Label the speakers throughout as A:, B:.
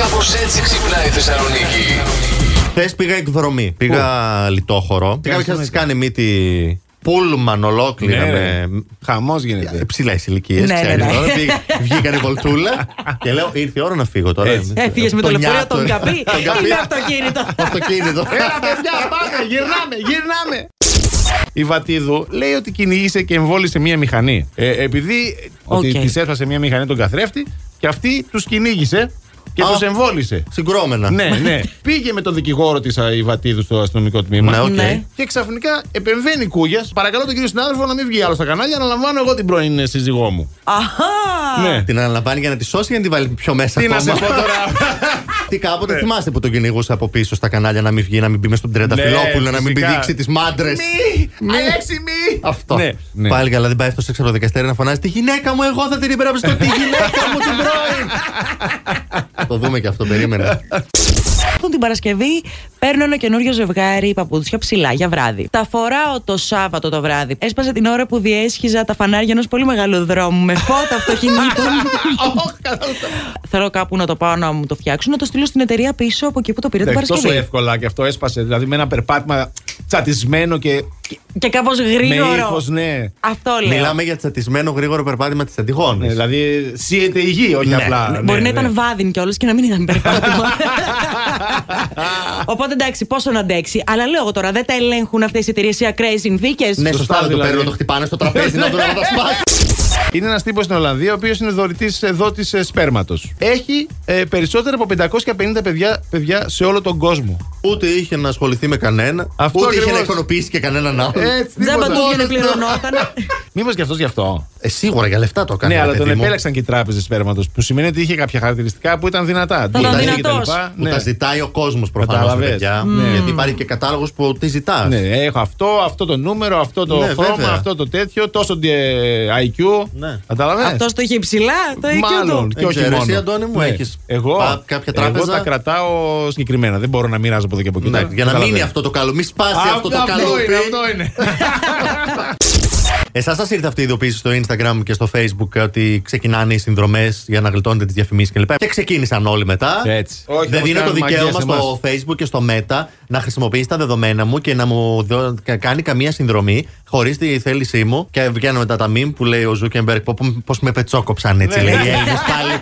A: Κάπως έτσι ξυπνάει η Θεσσαλονίκη.
B: Χθες πήγα εκδρομή. Πήγα λιτόχωρο. Και
C: Κάνεις
B: κάποιο τη
C: μύτη.
B: κάνει μύτη πούλμαν ολόκληρα
C: Ναι,
B: με
C: ρε. Χαμός
B: ε,
C: γίνεται.
B: ψηλά ηλικίες.
D: Ναι, ναι, ναι.
B: Βγήκανε βολτούλα και λέω ήρθε η ώρα να φύγω τώρα. ε».
C: Έτσι.
D: Έφυγε Ε, με το λεωφορείο, τον καπί.
B: Τον καπί.
D: Είναι αυτοκίνητο.
B: Αυτοκίνητο.
C: Έλα, παιδιά, πάμε, γυρνάμε, γυρνάμε. Η Βατίδου λέει ότι κυνήγησε και εμβόλησε μία μηχανή. Ε, επειδή ότι
D: Οκ.
C: της έφτασε μία μηχανή τον καθρέφτη και αυτή τους κυνήγησε και
B: Α.
C: τους εμβόλησε.
B: Συγκρόμενα.
C: ναι, ναι. Πήγε με τον δικηγόρο της η Βατίδου στο αστυνομικό τμήμα.
B: Ναι, οκ.
D: Ναι.
C: Και ξαφνικά επεμβαίνει η Κούγιας. Παρακαλώ τον κύριο συνάδελφο να μην βγει άλλο στα κανάλια. Αναλαμβάνω εγώ την πρώην ε, σύζυγό μου.
D: Αχά!
C: ναι.
B: Την αναλαμβάνει για να τη σώσει για να τη βάλει πιο μέσα.
C: Τι να σε
B: ακόμα.
C: πω Ναι. τώρα.
B: Τι κάποτε θυμάστε που τον κυνηγούσε από πίσω στα κανάλια να μην βγει, να μην μπει μες στον Τρενταφυλόπουλο, να μην
C: Ναι, φυσικά.
B: πηδήξει τις μάντρες.
C: μη! Αλέξη, μη!
B: Αυτό.
C: Ναι, ναι.
B: Πάλι καλά, δεν πάει αυτός σε ξεροδικαστήριο να φωνάζει. Τη γυναίκα μου, εγώ θα την υπερασπιστώ. Τη γυναίκα μου την πρώην. Το δούμε και αυτό, περίμενα.
D: Τον την Παρασκευή παίρνω ένα καινούριο ζευγάρι παπούτσια ψηλά για βράδυ. Τα φοράω το Σάββατο το βράδυ. Έσπασε την ώρα που διέσχιζα τα φανάρια ενός πολύ μεγάλου δρόμου με φώτα αυτοκινήτων. Θέλω κάπου να το πάω να μου το φτιάξουν, να το στείλω στην εταιρεία πίσω από εκεί που το πήρα την
C: Ναι, τόσο
D: Παρασκευή.
C: εύκολα και αυτό έσπασε. Δηλαδή με ένα περπάτημα τσατισμένο και
D: Και κάπως
C: με
D: γρήγορο.
C: ήχος, ναι.
D: Αυτό λέω.
B: Μιλάμε για τσατισμένο γρήγορο περπάτημα της Αντιγόνης.
C: Ναι, Δηλαδή σύεται η γη, όχι
B: Ναι.
C: απλά. ναι,
D: Μπορεί
C: ναι.
D: να ήταν βάδιν κιόλας και να μην ήταν περπάτημα. Οπότε εντάξει, πόσο να αντέξει. Αλλά λέω εγώ τώρα, δεν τα ελέγχουν αυτές οι εταιρείες οι ακραίες συνθήκες.
B: Ναι,
C: Σωστά,
B: σωστά, δεν το
C: δηλαδή.
B: παίρνουν, το χτυπάνε στο τραπέζι να δουν αν θα σπάσει.
C: Είναι ένας τύπος στην Ολλανδία, ο οποίος είναι ε, δωρητή δότη σπέρματος. Έχει ε, περισσότερα από 550 παιδιά, παιδιά σε όλο τον κόσμο.
B: Ούτε είχε να ασχοληθεί με κανένα,
C: Αυτό
B: ούτε είχε να
C: ακριβώς.
B: ικανοποιήσει και κανέναν άλλον.
C: Έτσι,
D: Τζάμπα του
C: τίποτα. Ε.
D: βγαίνε πληρωνόταν.
C: Μήπως και αυτός γι' αυτό.
B: Ε, σίγουρα για λεφτά το έκανε.
C: Ναι,
B: ρε
C: αλλά τον
B: παιδί μου.
C: επέλεξαν και οι τράπεζες σπέρματος. Που σημαίνει ότι είχε κάποια χαρακτηριστικά που ήταν δυνατά.
D: ήταν
C: Τούρτα και τα
D: δυνατός.
C: λοιπά. Ναι.
B: Που τα ζητάει ο κόσμος προφανώς,
C: Καταλαβες.
B: παιδιά.
C: Ναι.
B: Γιατί υπάρχει και κατάλογος που τι ζητάς.
C: Ναι, έχω αυτό, αυτό το νούμερο, αυτό το
B: Ναι,
C: χρώμα,
B: βέβαια.
C: αυτό το τέτοιο, τόσο ε, IQ.
B: Ναι.
C: Καταλαβαίνεις.
D: Αυτός το είχε υψηλά, το IQ
C: Μάλλον Ε,
D: του.
C: και Ναι. όχι
B: Ξέρεις,
C: μόνο.
B: εσύ, Αντώνη μου, έχεις
C: εγώ,
B: πα- κάποια
C: εγώ
B: τράπεζα.
C: τα κρατάω συγκεκριμένα. Δεν μπορώ να μοιράζω από εδώ και από εκεί.
B: Ναι, για να μείνει αυτό το καλό, μη σπάσει αυτό το καλό.
C: είναι, αυτό είναι.
B: Εσάς σας ήρθε αυτή η ειδοποίηση στο Instagram και στο Facebook ότι ξεκινάνε οι συνδρομές για να γλιτώνετε τις διαφημίσεις κλπ. Και ξεκίνησαν όλοι μετά.
C: Έτσι. Όχι,
B: Δεν
C: όμως
B: δίνω το
C: κάνουν
B: δικαίωμα
C: μαγείας σε
B: στο Facebook και στο Meta να χρησιμοποιήσει τα δεδομένα μου και να μου δω- κα- κάνει καμία συνδρομή χωρίς τη θέλησή μου. Και βγαίνουν μετά τα meme που λέει ο Ζούκεμπερκ πώς με πετσόκοψαν
C: Ναι.
B: έτσι. λέει οι Έλληνες πάλι.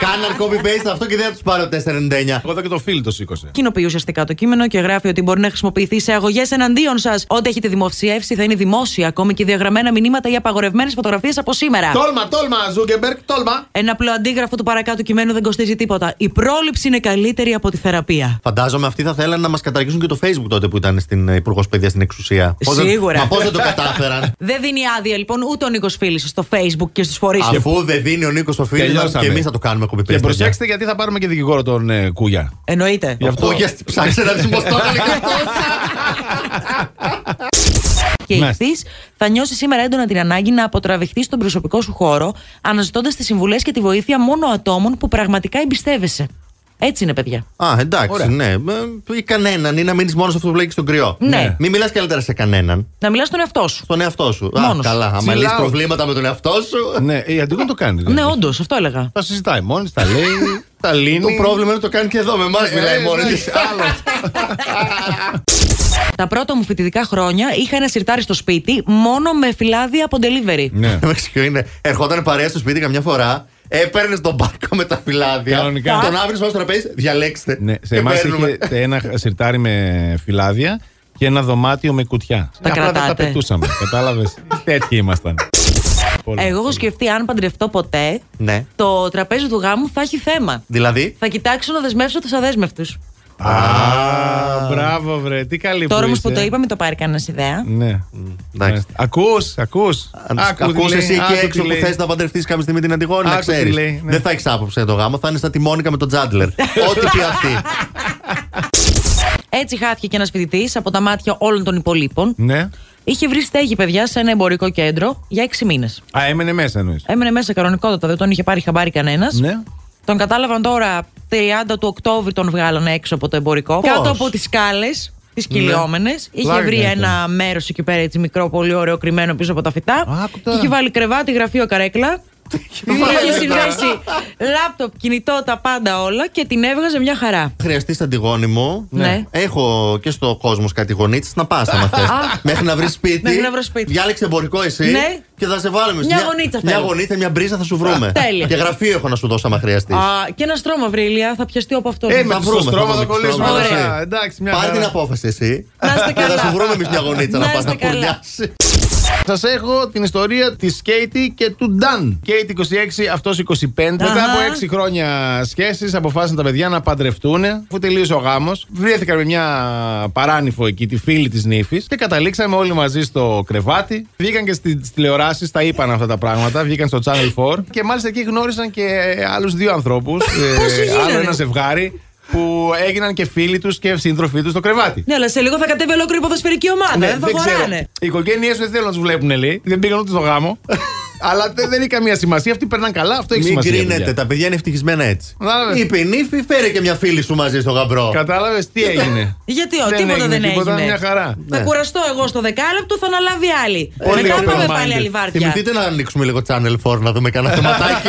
B: Κάναν copy-paste αυτό και δεν θα του πάρω 4,99.
C: Εγώ εδώ και το φίλο το σήκωσε.
D: Κοινοποιεί ουσιαστικά το κείμενο και γράφει ότι μπορεί να χρησιμοποιηθεί σε αγωγές εναντίον σας. Ό,τι έχετε δημοσιεύσει θα είναι δημόσια, ακόμη και διαγραμμένα μηνύματα ή απαγορευμένες φωτογραφίες από σήμερα.
C: Τόλμα, τόλμα, Ζούγκεμπερκ, τόλμα.
D: Ένα απλό αντίγραφο του παρακάτω κειμένου δεν κοστίζει τίποτα. Η πρόληψη είναι καλύτερη από τη θεραπεία.
B: Φαντάζομαι αυτοί θα θέλανε να μας καταργήσουν και το Facebook τότε που ήταν στην Υπουργός Παιδείας στην εξουσία. Πώς δεν-
D: Σίγουρα.
B: Μα πώς δεν το κατάφεραν.
D: Δεν δίνει άδεια λοιπόν ούτε ο Νίκος Φίλης στο Facebook και στους φορείς του.
B: Αφού δεν δίνει ο Νίκος το φίλο,
C: Τελειώσαμε.
B: και εμείς θα το κάνουμε copy-paste. ναι.
C: Και προσέξτε γιατί θα πάρουμε και δικηγόρο τον ε, Κούγια.
D: Εννοείται.
C: Γι' αυτό.
B: Για ψάξε να δεις πως το έκανε και αυτό.
D: και η
C: Μάλιστα.
D: ευθύς θα νιώσεις σήμερα έντονα την ανάγκη να αποτραβηχτείς στον προσωπικό σου χώρο, αναζητώντας τις συμβουλές και τη βοήθεια μόνο ατόμων που πραγματικά εμπιστεύεσαι. Έτσι είναι, παιδιά.
B: Α, εντάξει,
C: Ωραία.
B: ναι. Ε, Ή κανέναν, ή να μείνεις μόνος σε αυτό που λέει στον κρυό.
D: Ναι.
B: Μην μιλάς καλύτερα σε κανέναν.
D: Να μιλάς στον εαυτό σου.
B: Στον εαυτό σου. Α,
D: Μόνος.
B: καλά. Άμα
C: Chill
B: λύσεις
C: out.
B: προβλήματα με τον εαυτό σου.
C: Ναι, η Αντίγον το κάνει.
D: Ναι,
C: δηλαδή.
D: όντως, αυτό έλεγα.
C: Τα συζητάει μόνης, τα λέει, τα λύνει.
B: Το πρόβλημα είναι το κάνει και εδώ. Με εμάς μιλάει
C: Ε,
B: μόνο τη.
C: εντάξει, άλλο.
D: Τα πρώτα μου φοιτητικά χρόνια είχα ένα σιρτάρι στο σπίτι μόνο με φυλάδια από delivery.
C: Ναι.
B: Εντάξει, ποιο είναι. Ερχόταν παρέα στο σπίτι καμιά φορά. Έπαιρνε τον μπάρκο με τα φυλάδια.
C: Κανονικά.
B: Τον άφηνε στο τραπέζι. Διαλέξτε.
C: Ναι, σε
B: Και
C: εμάς
B: παίρνουμε.
C: είχε ένα σιρτάρι με φυλάδια και ένα δωμάτιο με κουτιά.
D: Τα
C: Απλά δεν τα
D: κρατάτε.
C: πετούσαμε. Κατάλαβες. Τέτοιοι ήμασταν. Πολύ.
D: Εγώ έχω σκεφτεί αν παντρευτώ ποτέ,
B: Ναι.
D: το τραπέζι του γάμου θα έχει θέμα.
B: Δηλαδή.
D: Θα κοιτάξω να δεσμεύσω τους αδέσμευτους.
C: Α, μπράβο, βρε. Τι καλή
D: Τώρα όμω
C: είσαι.
D: που το είπαμε, το πάρει κανένας ιδέα.
C: Ναι.
B: εντάξει.
C: Ακούς, ακούς.
B: Αν ακούς εσύ εκεί έξω που θες να παντρευτείς κάποια στιγμή την Αντιγόνη, να
C: Άκου τι
B: ξέρεις.
C: λέει, ναι.
B: Δεν θα έχεις άποψη για το γάμο, θα είναι σαν τη Μόνικα με τον Τζάντλερ. Ό,τι πει αυτή.
D: Έτσι χάθηκε και ένας φοιτητής από τα μάτια όλων των υπολείπων.
C: Ναι.
D: Είχε βρει στέγη, παιδιά, σε ένα εμπορικό κέντρο για 6 μήνες.
C: Α, έμενε μέσα εννοείς.
D: Έμενε μέσα κανονικότατα, δεν τον είχε πάρει χαμπάρι κανένας.
C: Ναι.
D: Τον κατάλαβαν τώρα 30 του Οκτώβρη, τον βγάλανε έξω από το εμπορικό.
B: Πώς?
D: Κάτω από τις σκάλες, τις κυλιόμενε. Είχε
C: Πλάκα
D: βρει
C: ήταν.
D: ένα μέρος εκεί πέρα, έτσι μικρό, πολύ ωραίο κρυμμένο πίσω από τα φυτά.
C: Άκου τώρα.
D: Είχε βάλει κρεβάτι, γραφείο, καρέκλα. Είχε
C: λέτε τώρα?
D: συνδέσει λάπτοπ, κινητό, τα πάντα όλα και την έβγαζε μια χαρά.
B: Χρειαστείς αντιγόνιμο.
D: Ναι.
B: Έχω και στο κόσμος κάτι γονίτσε να πας άμα θε. Μέχρι να βρεις σπίτι.
D: Μέχρι να βρω σπίτι.
B: Διάλεξε εμπορικό εσύ.
D: Ναι.
B: Και θα σε βάλουμε. σε
D: Μια γωνίτσα
B: Μια
D: θέλω.
B: γονίτσα, μια μπρίζα θα σου βρούμε.
D: τέλεια.
B: Και γραφείο έχω να σου δώσω άμα χρειαστείς.
D: Α, και ένα στρώμα βρήλια θα πιαστεί από αυτό.
C: Ε,
B: θα
C: με τους
B: βρούμε, θα
C: στρώμα
B: βρούμε
C: θα
B: τους
C: κολλήσουμε.
B: στρώμα,
C: όλα
B: ναι.
C: αυτά. Εντάξει, μια
B: Πάρε
C: χαρά.
B: την απόφαση εσύ.
D: Να είστε
B: Και θα
D: καλά.
B: σου βρούμε εμείς μια γονίτσα να
D: Να
B: πας
D: είστε
B: να
D: καλά.
B: πουρνιάσει.
C: Σα έχω την ιστορία της Κέιτι και του Νταν. Κέιτι 26, αυτό 25. Μετά
D: Αχα.
C: από 6 χρόνια σχέσει, αποφάσισαν τα παιδιά να παντρευτούν. Αφού τελείωσε ο γάμος, βρέθηκαν με μια παράνυφο εκεί, τη φίλη της νύφης. Και καταλήξαμε όλοι μαζί στο κρεβάτι. Βγήκαν και στις τηλεοράσεις, τα είπαν αυτά τα πράγματα. Βγήκαν στο Channel 4. Και μάλιστα εκεί γνώρισαν και άλλους δύο ανθρώπους. άλλο
D: γίνανε?
C: ένα ζευγάρι που έγιναν και φίλοι τους και σύντροφοί τους στο κρεβάτι.
D: Ναι, αλλά σε λίγο θα κατέβει ολόκληρη υποδοσφαιρική ομάδα.
C: Ναι,
D: δεν θα
C: ξέρω.
D: χωράνε.
C: Οι οικογένειές δεν θέλουν να τους βλέπουν, λέει. Δεν πήγαν ούτε στο γάμο. Αλλά δεν, δεν έχει καμία σημασία. Αυτοί περνάνε καλά, αυτό έχει
B: Μην
C: σημασία.
B: κρίνετε, τα παιδιά είναι ευτυχισμένα έτσι.
C: Κατάλαβες.
B: Η πενήφη φέρε και μια φίλη σου μαζί στο γαμπρό.
C: Κατάλαβες τι έγινε.
D: Γιατί ο, τίποτα δεν
C: Τίποτα,
D: έγινε.
C: μια χαρά.
D: Θα
B: Ναι.
D: κουραστώ εγώ στο δεκάλεπτο, θα αναλάβει άλλη.
C: Πολύ
D: Μετά
C: ωραίο
D: πάμε
C: minded.
D: πάλι άλλη βάρδια.
B: Θυμηθείτε να ανοίξουμε λίγο Channel 4 να δούμε κανένα θεματάκι.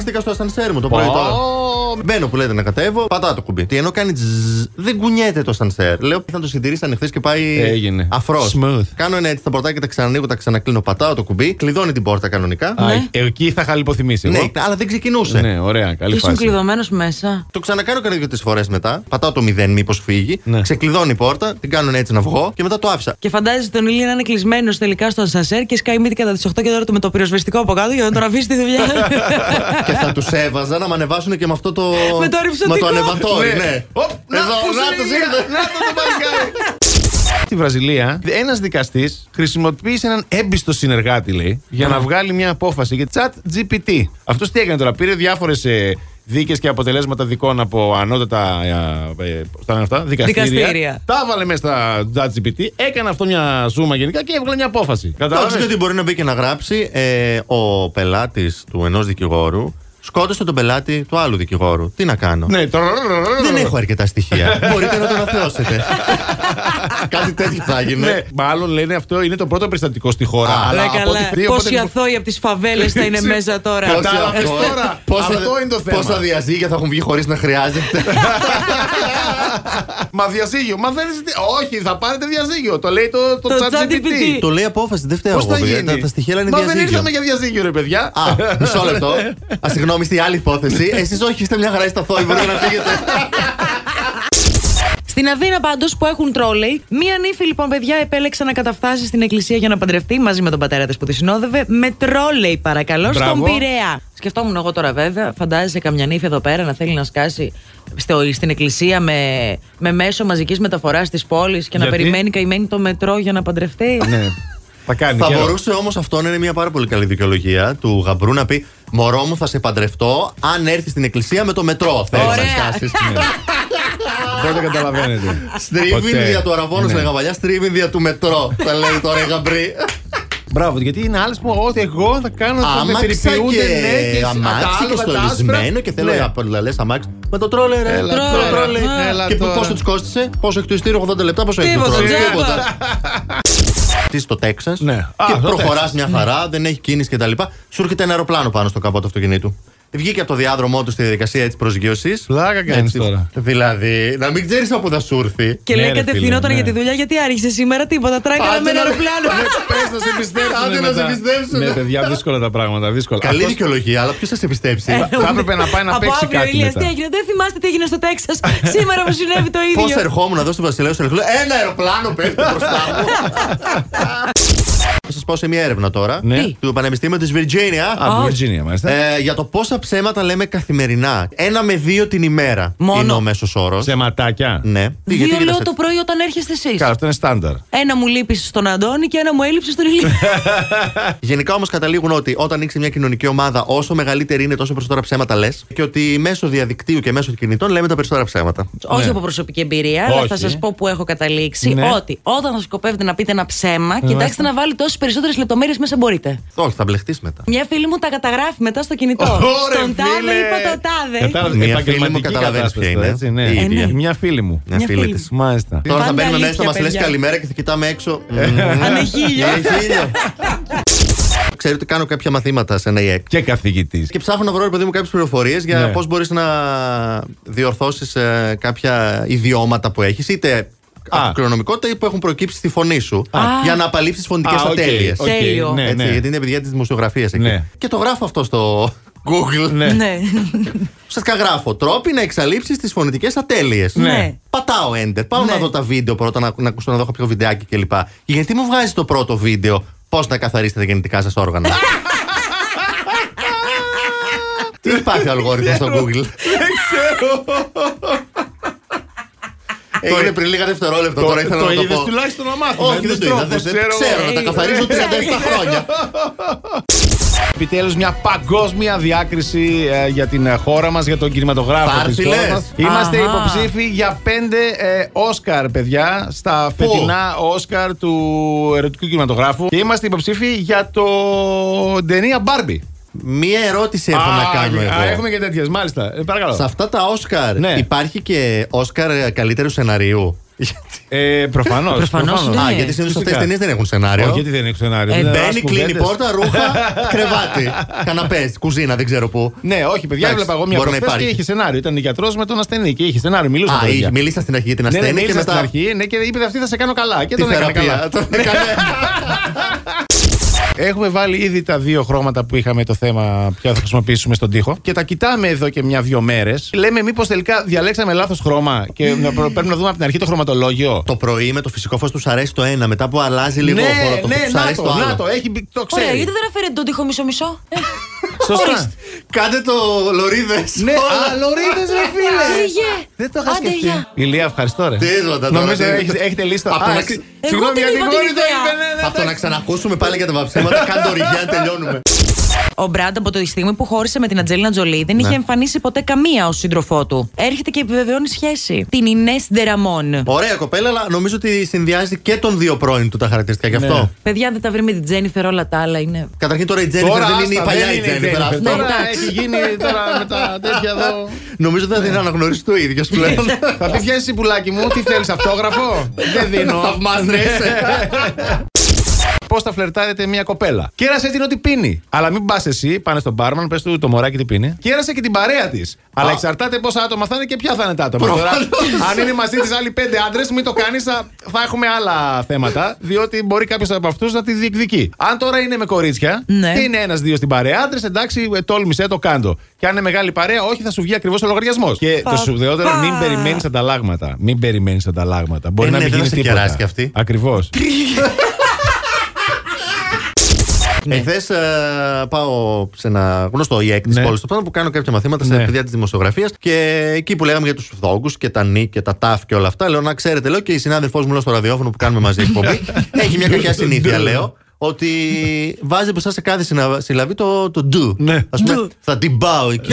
B: Στήκα στο ασανσέρ μου το πρωί τώρα.
C: Ω,
B: Μπαίνω που λέτε να κατέβω, πατάω το κουμπί. Τι ενώ κάνει τζζζ, δεν κουνιέται το ασανσέρ. Λέω θα το συντηρήσει ανοιχτέ και πάει
C: Έγινε.
B: αφρός.
C: Smooth.
B: Κάνω ένα έτσι τα πορτάκια, τα ξανανοίγω, τα ξανακλίνω, πατάω το κουμπί, κλειδώνει την πόρτα κανονικά.
C: α,
D: Ναι.
C: Ε, Εκεί θα χαλυποθυμήσει.
B: Ναι,
C: εγώ.
B: αλλά δεν ξεκινούσε.
C: Ναι, ωραία, καλή
D: Ήσουν
C: φάση.
D: κλειδωμένος μέσα.
B: Το ξανακάνω κανένα δύο-τρει φορές μετά. Πατάω το μηδέν, μήπως φύγει.
C: Ναι.
B: Ξεκλειδώνει η πόρτα, την κάνω έτσι να βγω και μετά το άφησα.
D: Και φαντάζεσαι τον Ηλία να είναι κλεισμένος τελικά στο ασανσέρ και σκάει μύτη κατά τις 8 και τώρα του με το πυροσβεστικό από κάτω για να τον αφήσει τη δουλειά.
B: και θα τους έβαζα να με ανεβάσουν και με αυτό το.
D: Με το ρυψωτικό.
B: Με το ανεβατόρι,
C: Ναι.
B: ναι.
C: Οπ, να,
B: Εδώ,
C: πού
B: να
C: σε
B: το
C: είναι,
B: ζείτε.
C: να το το παλικάρι. Στη Βραζιλία, ένας δικαστής χρησιμοποίησε έναν έμπιστο συνεργάτη, λέει, για να βγάλει μια απόφαση για chat GPT. Αυτός τι έκανε τώρα, πήρε διάφορες δίκες και αποτελέσματα δικών από ανώτατα. ε, ε, πώς τα λένε αυτά, δικαστήρια.
D: Δικαστήρια.
C: Τα έβαλε μέσα στα chat GPT, έκανε αυτό μια ζούμα γενικά και έβγαλε μια απόφαση.
B: Εντάξει, και
C: Κατάλαβε.
B: ότι μπορεί να μπει και να γράψει. ε, ο πελάτης του ενός δικηγόρου σκότωσε τον πελάτη του άλλου δικηγόρου. Τι να κάνω.
C: Ναι,
B: Δεν έχω αρκετά στοιχεία. Μπορείτε να τον αθεώσετε. Κάτι τέτοιο θα
C: Ναι,
B: έγινε.
C: μάλλον λένε αυτό είναι το πρώτο περιστατικό στη χώρα.
B: Α,
C: αλλά
D: Ρε
C: από
D: καλά.
C: ό,τι φαίνεται, οπότε-
D: Πόσοι αθώοι από τις φαβέλες θα είναι μέσα τώρα.
C: Κατά- Κατάλαβες τώρα. Αυτό είναι το θέμα.
B: Πόσα διαζύγια θα έχουν βγει χωρίς να χρειάζεται.
C: Μα διαζύγιο. Μα δεν ζητεί. Όχι, θα πάρετε διαζύγιο. Το λέει το, το,
D: Το
C: chat
D: ChatGPT.
C: GPT.
B: Το λέει απόφαση, δεν φταίω
C: Πώς
B: εγώ.
C: θα
B: παιδιά.
C: γίνει.
B: Τα, τα στοιχεία λένε
C: Μα δεν
B: διαζύγιο.
C: ήρθαμε για διαζύγιο, ρε παιδιά.
B: Α, μισό λεπτό. Ας, συγγνώμη, στη άλλη υπόθεση. Εσείς όχι, είστε μια χαρά στα θόη, μπορείτε να φύγετε.
D: Στην Αθήνα πάντως που έχουν τρόλεϊ, μία νύφη λοιπόν παιδιά επέλεξε να καταφτάσει στην εκκλησία για να παντρευτεί μαζί με τον πατέρα της που τη συνόδευε με τρόλεϊ παρακαλώ
C: Μπράβο.
D: στον Πειραιά. Σκεφτόμουν εγώ τώρα βέβαια, φαντάζεσαι καμιά νύφη εδώ πέρα να θέλει να σκάσει στο, στην εκκλησία με, με μέσο μαζικής μεταφοράς της πόλης και να
C: Γιατί?
D: περιμένει καημένη το μετρό για να παντρευτεί.
C: ναι. Θα κάνει.
B: θα
C: καιρό.
B: μπορούσε όμως αυτό να είναι μια πάρα πολύ καλή δικαιολογία του γαμπρού να πει Μωρό μου, θα σε παντρευτώ αν έρθεις στην εκκλησία με το μετρό. Θέλεις να
D: Ωραία.
B: σκάσεις.
C: Δεν το καταλαβαίνετε.
B: Στρίβει
C: Ποτέ.
B: δια του αραβόνου
C: Ναι.
B: στα γαβαλιά, στρίβει δια του μετρό. Θα λέει τώρα η γαμπρή.
C: Μπράβο, γιατί είναι άλλες που ότι εγώ θα κάνω. θα με
B: Άμαξα
C: περιποιούνται, ναι,
B: και
C: και τα
B: αμάξι
C: άλλα,
B: και
C: τα άσπρα.
B: στολισμένο και θέλω
C: Ναι.
B: να λες αμάξι. Με το τρόλε, ρε.
C: Έλα
B: το
C: τώρα.
B: τρόλε.
C: Έλα
B: Και
C: τώρα.
B: πόσο τους κόστησε, πόσο έχει το ειστήριο, 80 λεπτά, πόσο έχει το
D: Τίποτα,
B: τρόλε.
D: τζάμπα.
B: Εσύ στο Τέξας
C: Ναι. Α,
B: και
C: στο
B: προχωράς
C: Τέξας. Ναι.
B: μια χαρά, δεν έχει κίνηση κτλ. Σου έρχεται ένα αεροπλάνο πάνω στο καπό του αυτοκινήτου. Βγήκε από το διάδρομό του στη διαδικασία της προσγείωσης.
C: Πλάκα κάνεις τώρα.
B: Δηλαδή, να μην ξέρεις από θα σου έρθει.
D: Και
C: Ναι,
D: λέει
C: ρε,
D: κατευθυνόταν
C: φίλε,
D: για τη
C: ναι.
D: δουλειά γιατί άρχισε σήμερα τίποτα. Τράκανα
B: Άντε
D: με ένα
B: να ρε.
D: αεροπλάνο.
C: Πες να σε πιστέψουν.
B: Άντε να σε πιστέψουνε.
C: Ναι, παιδιά, δύσκολα τα πράγματα. Δύσκολα.
B: Καλή
C: Αυτός-
B: δικαιολογία, αλλά ποιος θα σε
D: Ε,
B: πιστέψει.
C: Θα έπρεπε να πάει να
D: Από
C: παίξει
D: αύριο,
C: κάτι.
D: Ηλίας, τι
C: μετά.
D: έγινε. Δεν θυμάστε τι έγινε στο Τέξας. Σήμερα μου συνέβη το ίδιο.
B: Πώ ερχόμουν εδώ στο Βασιλέο στο Ελεκτρό, Ένα αεροπλάνο πέφτει μπροστά μου. Θα σα πω σε μια έρευνα τώρα
C: Ναι.
D: Τι?
B: του Πανεπιστήμιου της Virginia.
C: Α,
D: Α.
C: Virginia, μάλιστα.
B: Ε, για το πόσα ψέματα λέμε καθημερινά. Ένα με δύο την ημέρα
D: Μόνο.
B: είναι ο μέσος όρος.
C: Σε ματάκια.
B: Ναι. Τι, γιατί
D: Δύο λέω
B: κοιτάς
D: το
B: έτσι?
D: πρωί όταν έρχεστε εσείς.
C: Καλά, αυτό είναι στάνταρ.
D: Ένα μου λείπεις στον Αντώνη και ένα μου έλειψε στον Ηλία.
C: Ναι.
B: Γενικά όμως καταλήγουν ότι όταν ανοίξει μια κοινωνική ομάδα, όσο μεγαλύτερη είναι, τόσο περισσότερα ψέματα λες. Και ότι μέσω διαδικτύου και μέσω κινητών λέμε τα περισσότερα ψέματα.
D: Όχι από προσωπική εμπειρία, αλλά
C: Όχι.
D: θα σας πω που έχω καταλήξει.
C: Ναι.
D: Ότι όταν θα σκοπεύετε να πείτε ένα ψέμα, κοιτάξτε να βάλει τόσε περισσότερες λεπτομέρειες μέσα μπορείτε.
B: Όχι, θα μπλεχτείς μετά.
D: Μια φίλη μου τα καταγράφει μετά στο κινητό.
C: Ω, ρε,
D: Στον τάδε
C: φίλε.
D: είπα το τάδε.
C: Κατάλαβε.
B: Μια φίλη μου
C: Επαγγελματική
B: καταλαβαίνεις
C: κατάσταση,
B: ποια είναι. Ναι.
C: έτσι, ναι.
B: Η
C: Ε,
B: ίδια.
C: ναι. Μια φίλη μου.
B: Μια
D: Μια
B: φίλη
D: φίλη.
B: της.
C: Μάλιστα.
B: Τώρα θα
D: Πάντα
B: μπαίνουμε μέσα,
D: αλήθεια,
B: μας λες
D: παιδιά.
B: καλημέρα και θα κοιτάμε έξω.
D: Αν έχει ήλιο.
B: Αν έχει ήλιο. Ε, ξέρετε, κάνω κάποια μαθήματα σε ένα ΙΕΚ.
C: Και καθηγητής.
B: Και ψάχνω να βρω, ρε παιδί μου, κάποιες πληροφορίες για
C: Ναι.
B: πώς πώ μπορείς να διορθώσεις κάποια ιδιώματα που έχεις, είτε
C: Α.
B: από κληρονομικότητα ή που έχουν προκύψει στη φωνή σου. Για να απαλείψεις φωνητικές
C: Α, οκ,
B: ατέλειες.
C: οκ,
D: Τέλειο.
C: Ναι,
B: Έτσι,
C: ναι.
B: Γιατί είναι παιδιά της δημοσιογραφίας εκεί.
C: Ναι.
B: Και το γράφω αυτό στο Google.
C: Ναι.
D: Ναι.
B: Ουσιαστικά γράφω τρόποι να εξαλείψεις τις φωνητικές ατέλειες.
D: Ναι.
B: Πατάω enter. Πάω
D: Ναι.
B: να δω τα βίντεο πρώτα, να, να ακούσω να δω κάποιο βιντεάκι κλπ. Και γιατί μου βγάζει το πρώτο βίντεο πώς να καθαρίσετε τα γεννητικά σας όργανα. Τι υπάρχει ο αλγόριθμος στο Google. Έγινε πριν λίγα δευτερόλεπτα, τώρα ήθελα να το
C: είδες
B: πω.
C: τουλάχιστον να μάθουμε.
B: Όχι, δεν το είδα. δεν- δεν Ξέρω να τα καθαρίζω 37 χρόνια.
C: Επιτέλους, μια παγκόσμια διάκριση ε, για την ε, χώρα μας, για τον κινηματογράφο τη
B: Φάρση
C: χώρας
B: λες.
C: μας. Είμαστε
D: Αχα.
C: υποψήφοι για πέντε ε, Όσκαρ, παιδιά, στα φετινά Όσκαρ του ερωτικού κινηματογράφου. Και είμαστε υποψήφοι για το ταινία Μπάρμπι.
B: Μία ερώτηση έχω να κάνω
C: Α,
B: εγώ.
C: έχουμε και τέτοιες, μάλιστα. Ε, παρακαλώ.
B: Σε αυτά τα Όσκαρ
C: Ναι.
B: υπάρχει και Όσκαρ καλύτερου σεναρίου.
C: Ε, Προφανώς.
D: Προφανώς είναι.
B: Α,
D: Ναι.
B: γιατί συνήθως αυτές
C: Φυσικά.
B: τι ταινίες δεν έχουν σενάριο.
C: γιατί δεν είναι σενάριο.
D: Ε,
C: δεν είναι
B: Μπαίνει,
C: δάσκου,
B: κλείνει
C: κουβέντες.
B: πόρτα, ρούχα, κρεβάτι. Καναπές, κουζίνα, δεν ξέρω πού.
C: Ναι, όχι, παιδιά,
B: Εντάξει,
C: έβλεπα εγώ μια
B: μπορεί να
C: προχθές και
B: υπάρχει.
C: είχε σενάριο. Ήταν γιατρός με τον ασθενή και είχε σενάριο. Μιλούσε με
B: Α,
C: τα παιδιά.
B: είχε- μιλήσα στην αρχή για την
C: Ναι, ναι,
B: ασθένεια και
C: μίλησα στην
B: μετά.
C: αρχή ναι, και είπε αυτή θα σε κάνω καλά. Και
B: Τη
C: τον έκανε καλά. Ναι.
B: θεραπεία. Τον έκανε.
C: Έχουμε βάλει ήδη τα δύο χρώματα που είχαμε το θέμα ποια θα χρησιμοποιήσουμε στον τοίχο. Και τα κοιτάμε εδώ και μια-δυο μέρες. Λέμε μήπως τελικά διαλέξαμε λάθος χρώμα και να προ- πρέπει να δούμε από την αρχή το χρωματολόγιο.
B: Το πρωί με το φυσικό φως τους αρέσει το ένα, μετά που αλλάζει λίγο
C: ναι,
B: ο χώρος του
C: ναι,
B: τους
C: να
B: αρέσει το
C: το, να
B: άλλο.
C: το, έχει μπει- το
E: Ωραία,
C: ξέρει.
E: γιατί δεν αφαιρέτε τον τοίχο μισό-μισό. Ε,
C: Σωστά.
B: Κάντε το λωρίδες.
C: Ναι, αλωρίδε ρε φίλε.
E: Ρίγε.
C: Δεν το είχα
E: Άντε,
C: σκεφτεί.
E: γεια.
C: Ηλία, ευχαριστώ ρε.
B: Τίποτα τώρα,
C: Νομίζω
B: τίποτα.
C: έχεις- έχετε λύσει το.
B: Απ' το
C: Α,
B: να-
C: συγγνώμη,
E: Εγώ την
C: γιατί
E: είπα
C: η
E: την
C: κόρη το
E: ιδέα.
C: είπε, ναι, ναι,
B: Από το να
C: εντάξει.
B: ξανακούσουμε πάλι για τα βαψίματα, κάντε οριγιά, τελειώνουμε.
D: Ο Μπραντ από τη στιγμή που χώρισε με την Ατζέλινα Τζολί
C: Ναι.
D: δεν είχε εμφανίσει ποτέ καμία ως σύντροφό του. Έρχεται και επιβεβαιώνει σχέση. Την Ινές Ντεραμόν.
B: Ωραία κοπέλα, αλλά νομίζω ότι συνδυάζει και των δύο πρώην του τα χαρακτηριστικά γι' αυτό.
C: Ναι.
D: Παιδιά, αν δεν τα βρει με την Τζένιφερ, όλα τα άλλα είναι.
B: Καταρχήν τώρα η Τζένιφερ
C: Τώρα
B: δεν είναι η
C: άστα,
B: παλιά
C: δεν
B: η
C: είναι η
B: Τζένιφερ.
C: Τζένιφερ.
B: αυτό.
C: Τώρα έχει γίνει τώρα με τα τέτοια εδώ.
B: Νομίζω ότι δεν
C: Ναι.
B: την αναγνωρίζει το ίδιο πλέον.
C: Θα πει πιάσει πουλάκι μου, τι θέλεις, αυτόγραφο. Δεν δίνω.
B: Θαυμάζεσαι.
C: Πώς θα φλερτάρετε μια κοπέλα. Κέρασε την ότι πίνει. Αλλά μην πας εσύ, πάνε στον μπάρμαν, πες του το μωράκι τι πίνει. Κέρασε και την παρέα της. Αλλά εξαρτάται πόσα άτομα θα είναι και ποια θα είναι τα άτομα. Τώρα,
B: Προφανώς.
C: αν είναι μαζί της άλλοι πέντε άντρες, μην το κάνεις, θα, θα έχουμε άλλα θέματα. Διότι μπορεί κάποιος από αυτούς να τη διεκδικεί. Αν τώρα είναι με κορίτσια
D: Ναι.
C: και είναι ένα-δύο στην παρέα, άντρες, εντάξει, ε, τόλμησε το κάντο. Και αν είναι μεγάλη παρέα, όχι, θα σου βγει ακριβώς ο λογαριασμός. Και το
D: Παπα.
C: σουδεότερο, μην περιμένεις ανταλλάγματα. Μην περιμένεις ανταλλάγματα. Μπορεί
B: Ε,
C: να
B: ναι,
C: μην
B: δεν
C: γίνει
B: θα σε
C: τίποτα.
B: κεράσει κι αυτή.
C: Ακριβώς.
B: Εχθές ε, πάω σε ένα γνωστό E ΙΕΚ τη
C: Ναι.
B: πόλη του Πάνω που κάνω κάποια μαθήματα σε
C: Ναι.
B: παιδιά της δημοσιογραφίας και εκεί που λέγαμε για τους δόγκους και τα νι και τα ταφ και όλα αυτά. Λέω να ξέρετε, λέω και η συνάδελφός μου λέω στο ραδιόφωνο που κάνουμε μαζί εκπομπή. έχει μια κακιά
C: Ναι.
B: συνήθεια, λέω. Ότι βάζει μπροστά σε κάθε συνα- συλλαβή το, το ντου.
C: Ναι.
B: Ας πούμε, θα την πάω εκεί.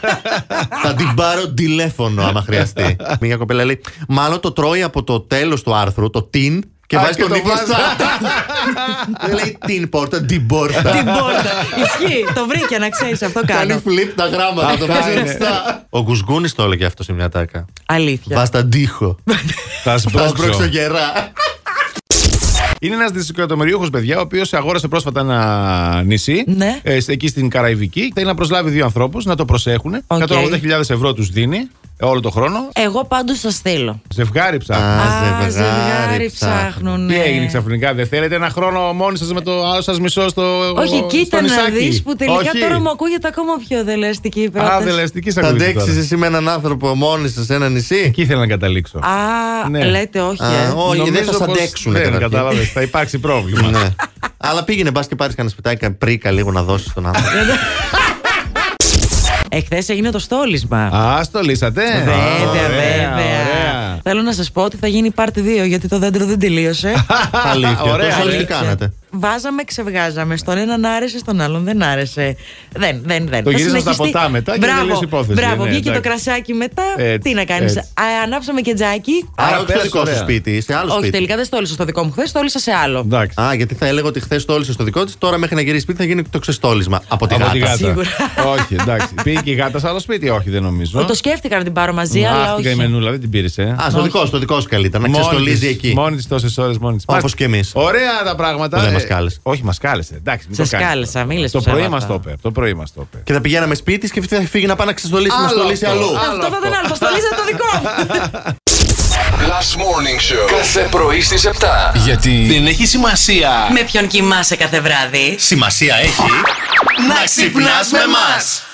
B: θα την πάρω τηλέφωνο άμα χρειαστεί. Μια κοπέλα λέει, μάλλον το τρώει από το τέλος του άρθρου, το την, και
C: Α,
B: βάζει
C: και
B: τον
C: το
B: νι
C: βάζει.
B: μπροστά. Δεν λέει την πόρτα, την πόρτα.
D: Την πόρτα. Ισχύει. Το βρήκε να ξέρεις αυτό
B: Κάνει
D: κάνω.
B: flip τα γράμματα, το βάζει
C: είναι.
B: μπροστά. Ο Γκουσγούνη το έλεγε αυτό σε μια τάκα.
D: Αλήθεια.
B: Βάστα τοίχο.
C: Θα
B: Θα
C: σπρώξω.
B: σπρώξω γερά.
C: Είναι ένας δισεκατομμυριούχο παιδιά, ο οποίος αγόρασε πρόσφατα ένα νησί.
D: Ναι.
C: ε, σε- εκεί στην Καραϊβική. Θέλει να προσλάβει δύο ανθρώπους να το προσέχουν.
D: Οκ.
C: 180.000 ευρώ τους δίνει ε, όλο το χρόνο.
D: Εγώ πάντως σα θέλω.
C: Ζευγάρι ψάχνει.
D: Α, ναι. ζευγάρι ψάχνουν.
C: Τι έγινε ξαφνικά, δεν θέλετε ένα χρόνο μόνοι σας με το άλλο σας μισό στο.
D: Όχι,
C: στο
D: κοίτα να
C: νησάκι.
D: δεις που τελικά
C: Όχι.
D: τώρα μου ακούγεται ακόμα πιο δελεαστική η
C: Α,
D: πρόταση.
C: δεν λες, τι σε
B: Θα
C: ακούγεται τώρα.
B: αντέξει εσύ με έναν άνθρωπο μόνη σε ένα νησί.
C: Εκεί ήθελα να καταλήξω.
D: Α,
C: Ναι.
D: λέτε όχι.
B: Α,
D: ε.
B: όχι. δεν
C: Νομίζω
B: θα σ'
C: πως
B: αντέξουνε
C: Δεν
B: καταρχήν.
C: κατάλαβες, Ναι, θα υπάρξει πρόβλημα.
B: Ναι. Αλλά πήγαινε, μπας και πάρεις κανένα σπιτάκι πρίκα λίγο να δώσεις τον άνθρωπο.
D: Εχθές έγινε το στόλισμα.
C: Α, το λύσατε.
D: Βέβαια,
C: Α, ωραία,
D: βέβαια.
C: ωραία.
D: Θέλω να σας πω ότι θα γίνει part 2 γιατί το δέντρο δεν τελείωσε.
B: Αλήθεια.
C: Ωραία,
B: Τόσο
C: ε.
B: τι κάνατε.
D: Βάζαμε, ξεβγάζαμε. Στον έναν άρεσε, στον άλλον δεν άρεσε. Δεν, δεν, δεν.
C: Το
D: Θα
C: γυρίσαμε στα
D: συνεχιστεί.
C: ποτά μετά και
D: Μπράβο,
C: τελείωσε η υπόθεση.
D: Μπράβο,
C: Ναι,
D: βγήκε το
C: εντάξει.
D: κρασάκι μετά.
C: Έτσι,
D: τι να κάνεις.
C: έτσι.
D: Ανάψαμε και τζάκι.
B: Άρα
C: Άρα
B: όχι στο
C: πέρασε
B: δικό σου
C: ωραία.
B: σπίτι, σε άλλο
D: Όχι,
B: σπίτι.
D: τελικά δεν στόλισα στο δικό μου χθες, στόλισα σε άλλο.
C: Εντάξει.
B: Α, γιατί θα έλεγα ότι χθες στόλισε στο δικό της, τώρα μέχρι να γυρίσει σπίτι θα γίνει το ξεστόλισμα. Από τη
C: Από τη
B: γάτα.
C: γάτα.
D: Σίγουρα.
C: Όχι, εντάξει. Πήγε και η γάτα σε άλλο σπίτι, όχι, δεν νομίζω.
D: Το σκέφτηκα να την πάρω μαζί, αλλά
C: Χάθηκα η
D: όχι.
C: μενούλα, δεν την πήρε. Ε.
B: Α, στο δικό σου, το δικό σου καλύτερα. Να ξεστολίζει εκεί.
C: Μόνη της τόσες ώρες, μόνη της.
B: Όπως και εμείς.
C: Ωραία τα πράγματα. Ε,
B: Που δεν μας σκάλες.
C: Όχι, μα κάλεσε. Εντάξει, μην
D: Σε
C: το κάνεις.
D: σκάλεσα, μίλες
C: Το
D: ψέματα.
C: πρωί μας το είπε. Το πρωί μας το είπε.
B: Και θα πηγαίναμε σπίτι και θα φύγει να πάει να ξεστολίσει, να
C: Άλλο
B: στολίσει
C: αυτό.
B: αλλού.
C: Α,
D: Αυτό θα ήταν άλλο. Στολίζα το δικό μου.
A: Last Morning Show. Κάθε πρωί στις 7.
F: Γιατί δεν έχει σημασία.
D: Με ποιον κοιμάσαι κάθε βράδυ.
B: Σημασία έχει
F: Να ξυπνάς με μας.